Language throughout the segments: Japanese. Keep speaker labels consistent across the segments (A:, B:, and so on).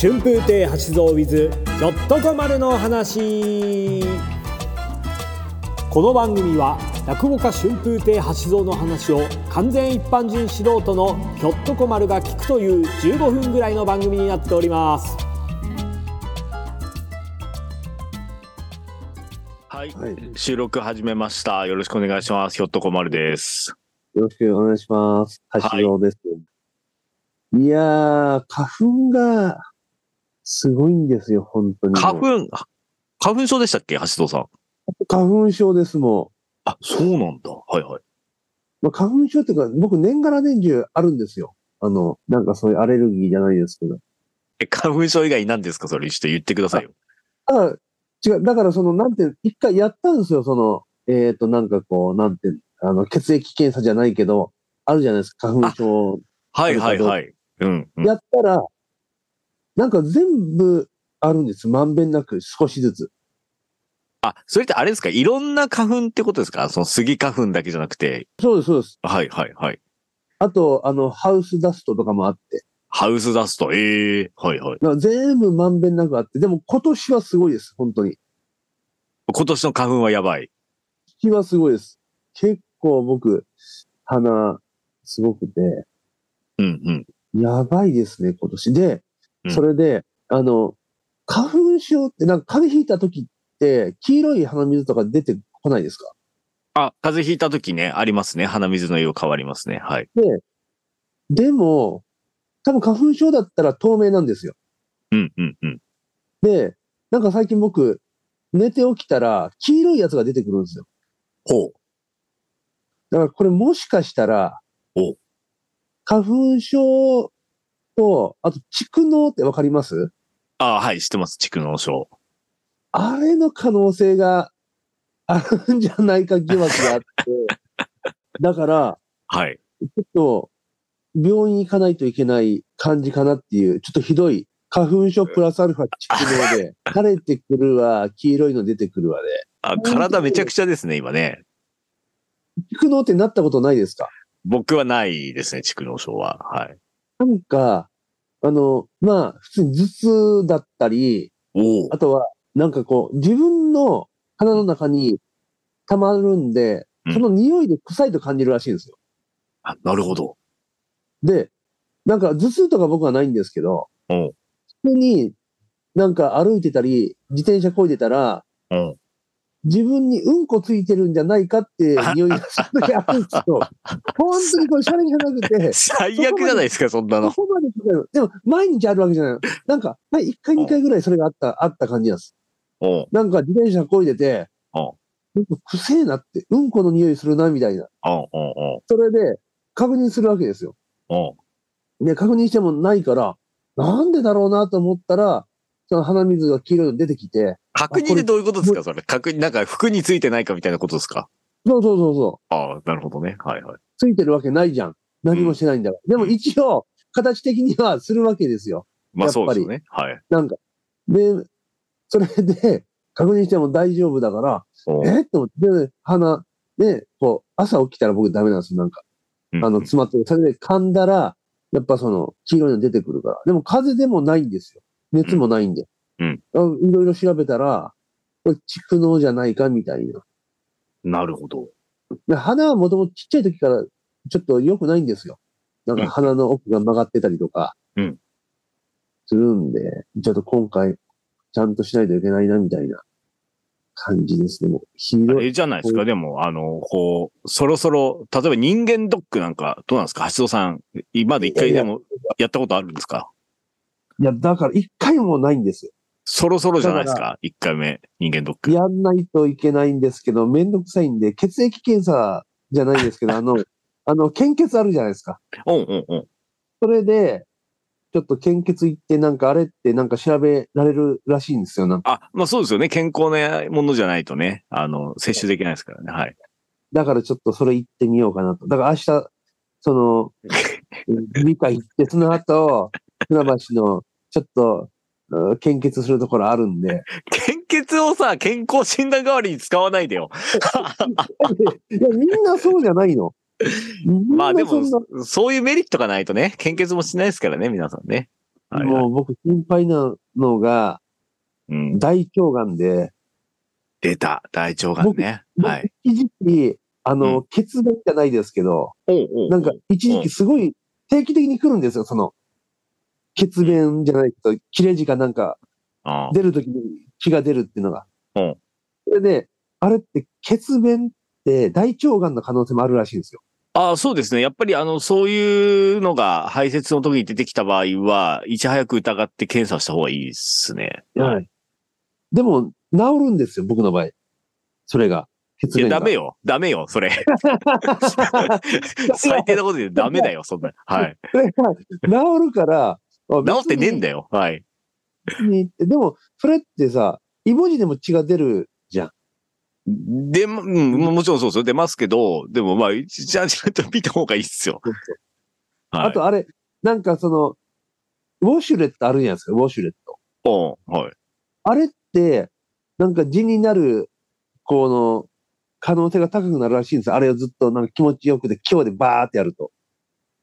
A: 春風亭八蔵 with ちょっとこまるのお話この番組は落語家春風亭八蔵の話を完全一般人素人のひょっとこまるが聞くという15分ぐらいの番組になっております
B: はい、
C: はい
B: 収録始めました。よろしくお願いします。ひょっとこまるです。
C: よろしくお願いします。
B: い
C: 橋尾です。い、やー、花粉がすごいんですよ、本当に。
B: 花粉、あ花粉症でしたっけ橋戸さん。
C: 花粉症です、も
B: あ、そうなんだ。はいはい。
C: う。まあ、花粉症っていうか、僕年がら年中あるんですよ。あの、なんかそういうアレルギーじゃないですけど。
B: え、花粉症以外なんですかそれ、ちょっと言ってくださいよ。
C: だから、違う、だからその、なんていう、一回やったんですよ、その、えっ、と、なんかこう、なんていう、あの、血液検査じゃないけど、あるじゃないですか、花粉症
B: はいはいはい。うん、うん。
C: やったら、なんか全部あるんです。まんべんなく少しずつ。
B: あ、それってあれですかいろんな花粉ってことですかその杉花粉だけじゃなくて。
C: そうです、そうです。
B: はいはいはい。
C: あと、あの、ハウスダストとかもあって。
B: ハウスダスト。ええはいはい。
C: だから全部まんべんなくあって。でも今年はすごいです、本当に。
B: 今年の花粉はやばい。
C: 今はすごいです。結構僕、鼻、すごくて、
B: うんうん。
C: やばいですね、今年。で
B: う、ん
C: それで、あの、花粉症って、なんか風邪ひいた時って、黄色い鼻水とか出てこないですか
B: あ、風邪ひいた時ね、ありますね。鼻水の色変わりますね。はい。
C: でも、多分花粉症だったら透明なんですよ。
B: うんうんうん。
C: で、なんか最近僕、寝て起きたら、黄色いやつが出てくるんですよ。
B: ほう。
C: だからこれもしかしたら
B: お、
C: 花粉症と、あと蓄膿ってわかります
B: あ、はい、知ってます。蓄膿症。
C: あれの可能性があるんじゃないか疑惑があって、だから、
B: はい。
C: ちょっと病院行かないといけない感じかなっていう、ちょっとひどい花粉症プラスアルファ蓄膿で、垂れてくるわ、黄色いの出てくるわで、
B: あ、体めちゃくちゃですね、今ね。
C: 蓄膿ってなったことないですか
B: 僕はないですね、蓄膿症は。はい。
C: なんか、あの、まあ、普通に頭痛だったり、
B: お
C: あとは、なんかこう、自分の鼻の中に溜まるんで
B: うん、
C: その匂いで臭いと感じるらしいんですよ。
B: あ、なるほど。
C: で、なんか頭痛とか僕はないんですけど、
B: うん
C: 普通になんか歩いてたり、自転車漕いでたら、
B: うん。
C: 自分にうんこついてるんじゃないかって匂いがする時あるんですけど、本当にこれシャレじゃなくて、
B: 最悪じゃないですか、そんな
C: そ
B: の。
C: こまで臭いのでも毎日あるわけじゃないの。なんか、はい、1回2回ぐらいそれがあった、あった感じなんです。
B: お
C: なんか自転車こいでて、
B: うん
C: なんかくせえなって、うんこの匂いするな、みたいな。
B: おお
C: それで、確認するわけですよ。
B: おお
C: で、確認してもないから、なんでだろうなと思ったら、その鼻水が黄色いの出てきて、
B: 確認でどういうことですか、それ。確認、なんか服についてないかみたいなことですか
C: そうそうそうそう、
B: ああ、なるほどね。はいはい。
C: ついてるわけないじゃん。何もしてないんだから。でも一応、形的にはするわけですよ。
B: まあ
C: やっぱ
B: そ
C: り
B: うですよね。はい。
C: なんか。で、それで、確認しても大丈夫だから、
B: お
C: えっと思って、で鼻、ね、こう、朝起きたら僕ダメなんですよ、なんか。
B: うん
C: あの、詰まってる。それで噛んだら、やっぱその、黄色いの出てくるから。でも、風邪でもないんですよ。熱もないんで。
B: うん
C: あいろいろ調べたら、これ、蓄膿じゃないか、みたいな。
B: なるほど。
C: で鼻はもともとちっちゃい時から、ちょっと良くないんですよ。なん
B: うん
C: か鼻の奥が曲がってたりとか、
B: うん
C: するんで、ちょっと今回、ちゃんとしないといけないな、みたいな感じですね。もう、ひ
B: あ
C: どい。
B: れじゃないですか、でも、あの、こう、そろそろ、例えば人間ドックなんか、どうなんですか橋戸さん、今まで一回でもやったことあるんですか
C: いや、だから、一回もないんですよ。
B: そろそろじゃないですか一回目、人間ドック。
C: やんないといけないんですけど、めんどくさいんで、血液検査じゃないですけど、あの、あの、献血あるじゃないですか。
B: うんうんうん。
C: それで、ちょっと献血行って、なんかあれってなんか調べられるらしいんですよ。なんか
B: あ、まあそうですよね。健康なものじゃないとね、あの、摂取できないですからね。はい。
C: だからちょっとそれ行ってみようかなと。だから明日、その、理科行って、その後、船橋の、ちょっと、うん献血するところあるんで。
B: 献血をさ、健康診断代わりに使わないでよ。
C: いや、みんなそうじゃないの。みんな
B: まあで
C: そんな
B: も、そういうメリットがないとね、献血もしないですからね、皆さんね。はいはい
C: もう僕心配なのが、
B: うん、
C: 大腸がんで、
B: 出た、大腸がんね。はい。
C: 僕一時期、あの、血便じゃないですけど、
B: おうおう
C: なんか一時期すごい定期的に来るんですよ、その、血便じゃないけど、切れ字かなんか
B: ああ
C: 出るときに血が出るっていうのが。
B: うん
C: それで、あれって血便って大腸がんの可能性もあるらしいんですよ。
B: ああ、そうですね。やっぱり、あの、そういうのが排泄の時に出てきた場合は、いち早く疑って検査した方がいいですね。
C: はい。でも、治るんですよ、僕の場合。それが。血
B: いや、
C: 便が。
B: ダメよ。ダメよ、それ。最低なことでダメだよ、そんな。はい。
C: それが治るから、あ
B: 治ってねえん
C: よ
B: だよ。はい。
C: にでも、それってさ、イ文字でも血が出るじゃん。
B: で、まうん、もちろんそうですよ。出ますけど、でもまあ、ちゃんちゃんと見た方がいいっすよ。はい。
C: あと、あれ、なんかその、ウォシュレットあるじゃないですか、ウォシュレット。
B: うん、はい。
C: あれって、なんか字になる、この、可能性が高くなるらしいんですよあれをずっとなんか気持ちよくで、今日でバーってやると。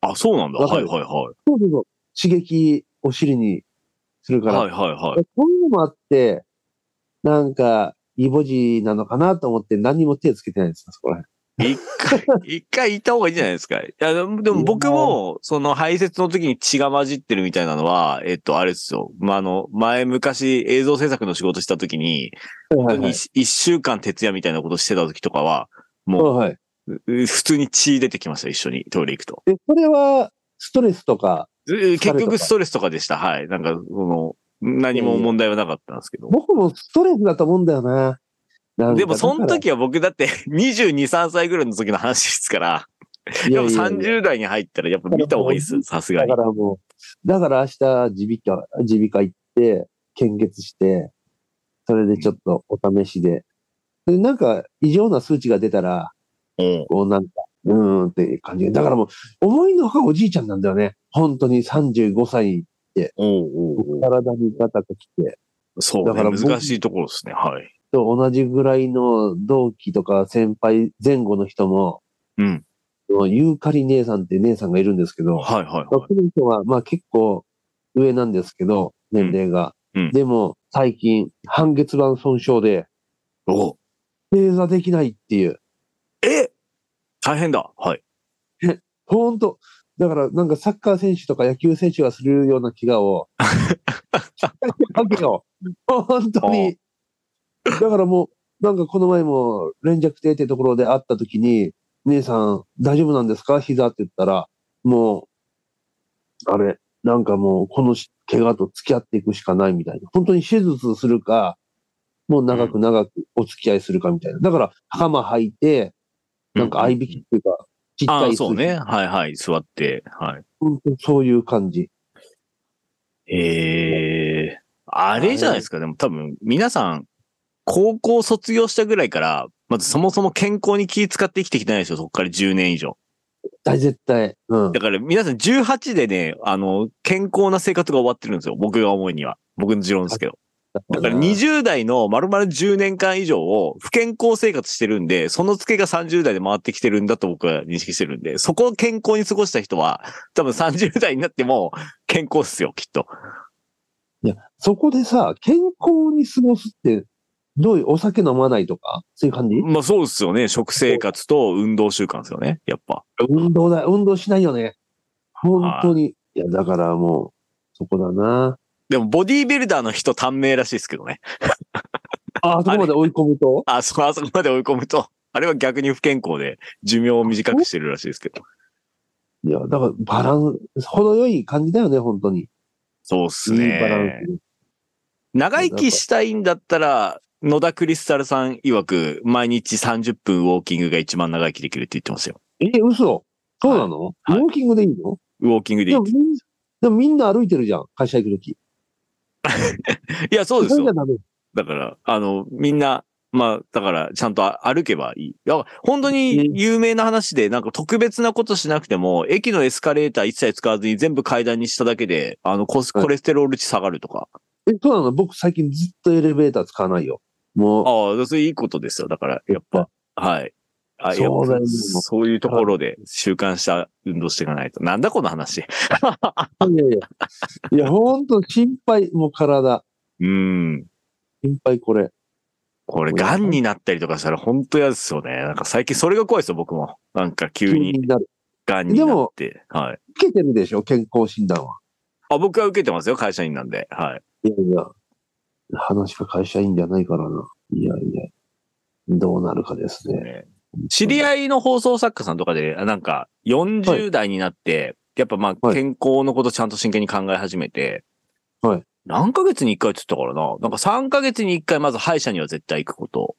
B: あ、そうなんだ。
C: わ
B: は
C: か
B: い
C: る
B: はいはい。
C: そうそうそう。刺激、お尻にするから。
B: はいはいはい。
C: こういうのもあって、なんか、イボ字なのかなと思って何も手つけてないんですよ、そこら
B: 一回、 一回行った方がいいじゃないですか。いや、でもでも僕も、その排泄の時に血が混じってるみたいなのは、えっと、あれですよ。まあ、あの、前昔映像制作の仕事した時に、
C: 辺。
B: 本当に
C: はい
B: 一一週間徹夜みたいなことしてた時とかは、も
C: はい。
B: う、う普通に血出てきました、一緒にトイレ行くと。
C: で、それは、ストレスとか、
B: う結
C: 疲れと
B: 局
C: か
B: ストレスとかでした。はい。なんか、その、何も問題はなかったんですけど。
C: 僕もストレスだと思うんだよな。なんか
B: でも、その、
C: だか
B: 時は僕だって22、3歳ぐらいの時の話ですから、
C: らい
B: や
C: や
B: っ
C: い
B: ぱ
C: やいや
B: 30代に入ったらやっぱ見た方がいいです、さすが
C: だ
B: に
C: か。らもう、だから明日、耳鼻科、耳鼻科行って、献血して、それでちょっとお試しで。でなんか、異常な数値が出たら、
B: うん。
C: こうなんか、うーんっていう感じ。だからもう、思いのほかおじいちゃんなんだよね。本当に35歳、
B: おうおうおう
C: 体にガタが来て、
B: そう、ね、
C: だから僕
B: 難しいところですね。はい。
C: と同じぐらいの同期とか先輩前後の人も、
B: うん。
C: ユーカリ姉さんって姉さんがいるんですけど、
B: はいはい
C: こ
B: はい。
C: の人はまあ結構上なんですけど、年齢が。
B: うんうん
C: でも最近、半月板損傷で、
B: おう
C: 正座できないっていう。
B: え大変だ。はい。
C: ほんと。だからなんかサッカー選手とか野球選手がするような怪我を、わけよ。本当に。だからもう、なんかこの前も連着亭ってところで会った時に、姉さん大丈夫なんですか膝って言ったら、もう、あれ、なんかもうこのし怪我と付き合っていくしかないみたいな。本当に手術するか、もう長く長くお付き合いするかみたいな。だから、袴履いて、なんか合いびきっていうか、ちっち
B: あ
C: ゃい
B: あ
C: 椅
B: ー、
C: 子
B: そうね。はいはい。座って。はい。
C: 本当にそういう感じ。
B: ええあれじゃないですか。でも多分、皆さん、高校卒業したぐらいから、まずそもそも健康に気使って生きてきてないでしょ。そこから10年以上。
C: 大絶対。うん
B: だ。から皆さん18でね、あの、健康な生活が終わってるんですよ。僕が思いには。僕の持論ですけど。だから20代の丸々10年間以上を不健康生活してるんで、その付けが30代で回ってきてるんだと僕は認識してるんで、そこを健康に過ごした人は、多分30代になっても健康っすよ、きっと。
C: そこでさ、健康に過ごすって、どういう、お酒飲まないとか、そういう感じ
B: まあそうですよね。食生活と運動習慣ですよね。やっぱ。
C: 運動だ、運動しないよね。本当に。いや、だからもう、そこだな。
B: でもボディービルダーの人短命らしいですけどね。
C: あ、あそこまで追い込むと
B: あ、そ、あそこまで追い込むと、あれは逆に不健康で寿命を短くしてるらしいですけど。
C: いや、だからバランス、程よい感じだよね、本当に。
B: そうっす
C: いい
B: ね。
C: バランス。
B: 長生きしたいんだったら、野田クリスタルさん曰く、毎日30分ウォーキングが一番長生きできるって言ってますよ。
C: え、嘘そうなの、
B: はい
C: ウォーキングでいいの
B: ウォーキングでいい
C: でもみんでもみんな歩いてるじゃん、会社行くとき。
B: いや、そうです
C: れじゃ
B: よ。
C: ダメ。
B: だから、あの、みんな、まあ、だから、ちゃんとあ歩けばいい。だから本当に有名な話で、なんか特別なことしなくても、駅のエスカレーター一切使わずに全部階段にしただけで、あの、コス
C: はい
B: コレステロール値下がるとか。
C: え、そうなの僕最近ずっとエレベーター使わないよ。もう、
B: ああ、それいいことですよ。だから、やっぱ、はい。あいや
C: そうだよね
B: そういうところで習慣した運動していかないと。なんだこの話。
C: いやいや、いや、ほんと心配、もう体。
B: うん。
C: 心配これ。
B: これ、癌になったりとかしたら本当嫌ですよね。なんか最近それが怖いですよ、僕も。なんか急
C: 気
B: に
C: になる。
B: 癌になって。はい。
C: 受けてるでしょ、健康診断は。
B: あ、僕は受けてますよ、会社員なんで。はい。
C: いやいや、話が会社員じゃないからな。いやいや、どうなるかですね。
B: 知り合いの放送作家さんとかで、あなんか40代になって、やっぱまあ
C: はい
B: 健康のことちゃんと真剣に考え始めて、
C: はい
B: 何ヶ月に1回って言ったからな。なんか3ヶ月に1回まず歯医者には絶対行くこと。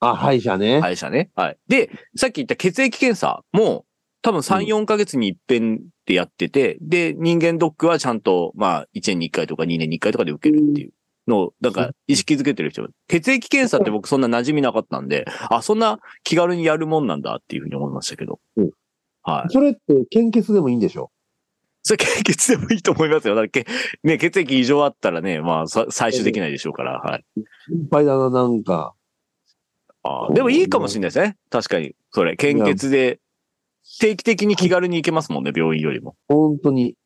C: あ、歯医者ね。
B: 歯医者ね。はい。で、さっき言った血液検査も多分3、4ヶ月に一遍でやってて、で、人間ドックはちゃんとまあ1年に1回とか2年に1回とかで受けるっていうのを、なんか意識づけてる人。血液検査って僕そんな馴染みなかったんで、あ、そんな気軽にやるもんなんだっていうふうに思いましたけど。
C: うん
B: はい。
C: それって献血でもいいんでしょ
B: それ献血でもいいと思いますよ。だって、けね、血液異常あったらね、まあ、さ採取できないでしょうから。はい。
C: 心配だな、なんか。
B: あーでもいいかもしれないですね。確かに。それ、献血で、定期的に気軽に行けますもんね、病院よりも。
C: 本当に。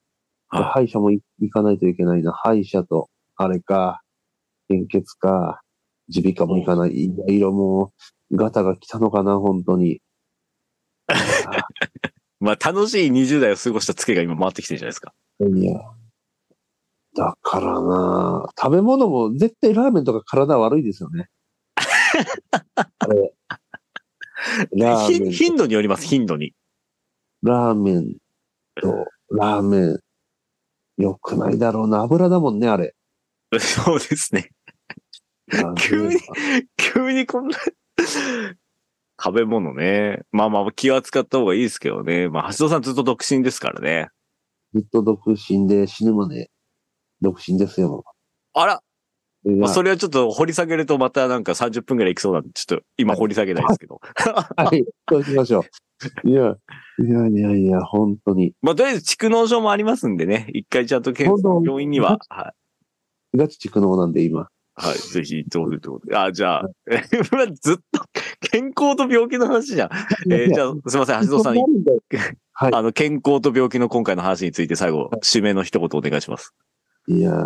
B: はい
C: 歯医者もい行かないといけないな。歯医者と、あれか、献血か、耳鼻科も行かない。いろいろもう、ガタが来たのかな、本当に。
B: まあ、楽しい20代を過ごしたツケが今回ってきてるじゃないですか。
C: いや。だからな食べ物も絶対ラーメンとか体悪いです よね。あれ。ラー
B: ひ
C: メン、
B: 頻度によります、頻度に。
C: ラーメンと、ラーメン。良くないだろうな。油だもんね、あれ。
B: そうですね。急に急にこんな。 食べ物ね。まあまあ気は使った方がいいですけどね。まあ橋戸さんずっと独身ですからね。
C: ずっと独身で死ぬまで独身ですよ。
B: あら、まあ、
C: は
B: それはちょっと掘り下げるとまたなんか30分ぐらいいきそうなんで、ちょっと今掘り下げないですけど。
C: い、そうしましょう。いや、いやいやいや、本当に。
B: まあとりあえず蓄能症もありますんでね。一回ちゃんと検査
C: ほんと
B: 病院には、は
C: ガチ蓄能なんで、今。
B: い、はい、ぜひどうぞということで。あ、じ ゃあ、ずっと健康と病気の話じゃん。えーじゃあすいません、橋戸さん、あの健康と病気の今回の話について最後、締めの一言お願いします。
C: いやー、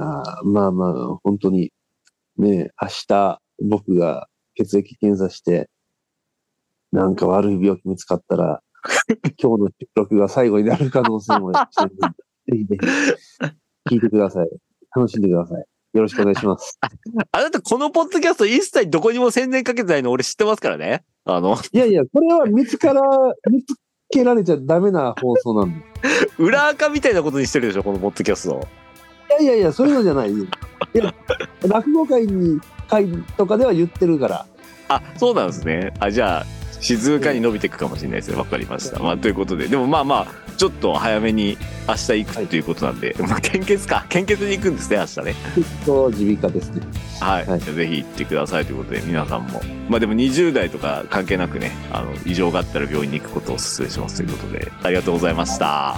C: まあまあ、本当に、ねえ、明日、僕が血液検査して、なんか悪い病気見つかった ら、今日の収録が最後になる可能性もしてるんで、ぜひぜひ、聞いてください。楽しんでください。よろしくお願いします。
B: あなた、このポッドキャスト一切どこにも宣伝かけてないの俺知ってますからね。あの、
C: いやいや、これは見つから、見つけられちゃダメな放送なんで。
B: 裏垢みたいなことにしてるでしょ、このポッドキャスト。
C: いやいやいや、そういうのじゃない。いや、落語会に、会とかでは言ってるから。
B: あ、そうなんですね。あ、じゃあ、静かに伸びていくかもしれないですね。わかりました。まあ、ということで、でもまあまあ、ちょっと早めに明日行くということなんで、まあ、献血か。献血に行くんですね、明日ね。
C: きっと耳鼻科ですね。
B: はい。
C: はい
B: じゃあぜひ行ってくださいということで、皆さんも。まあでも20代とか関係なくね、あの、異常があったら病院に行くことをお勧めしますということで、ありがとうございました。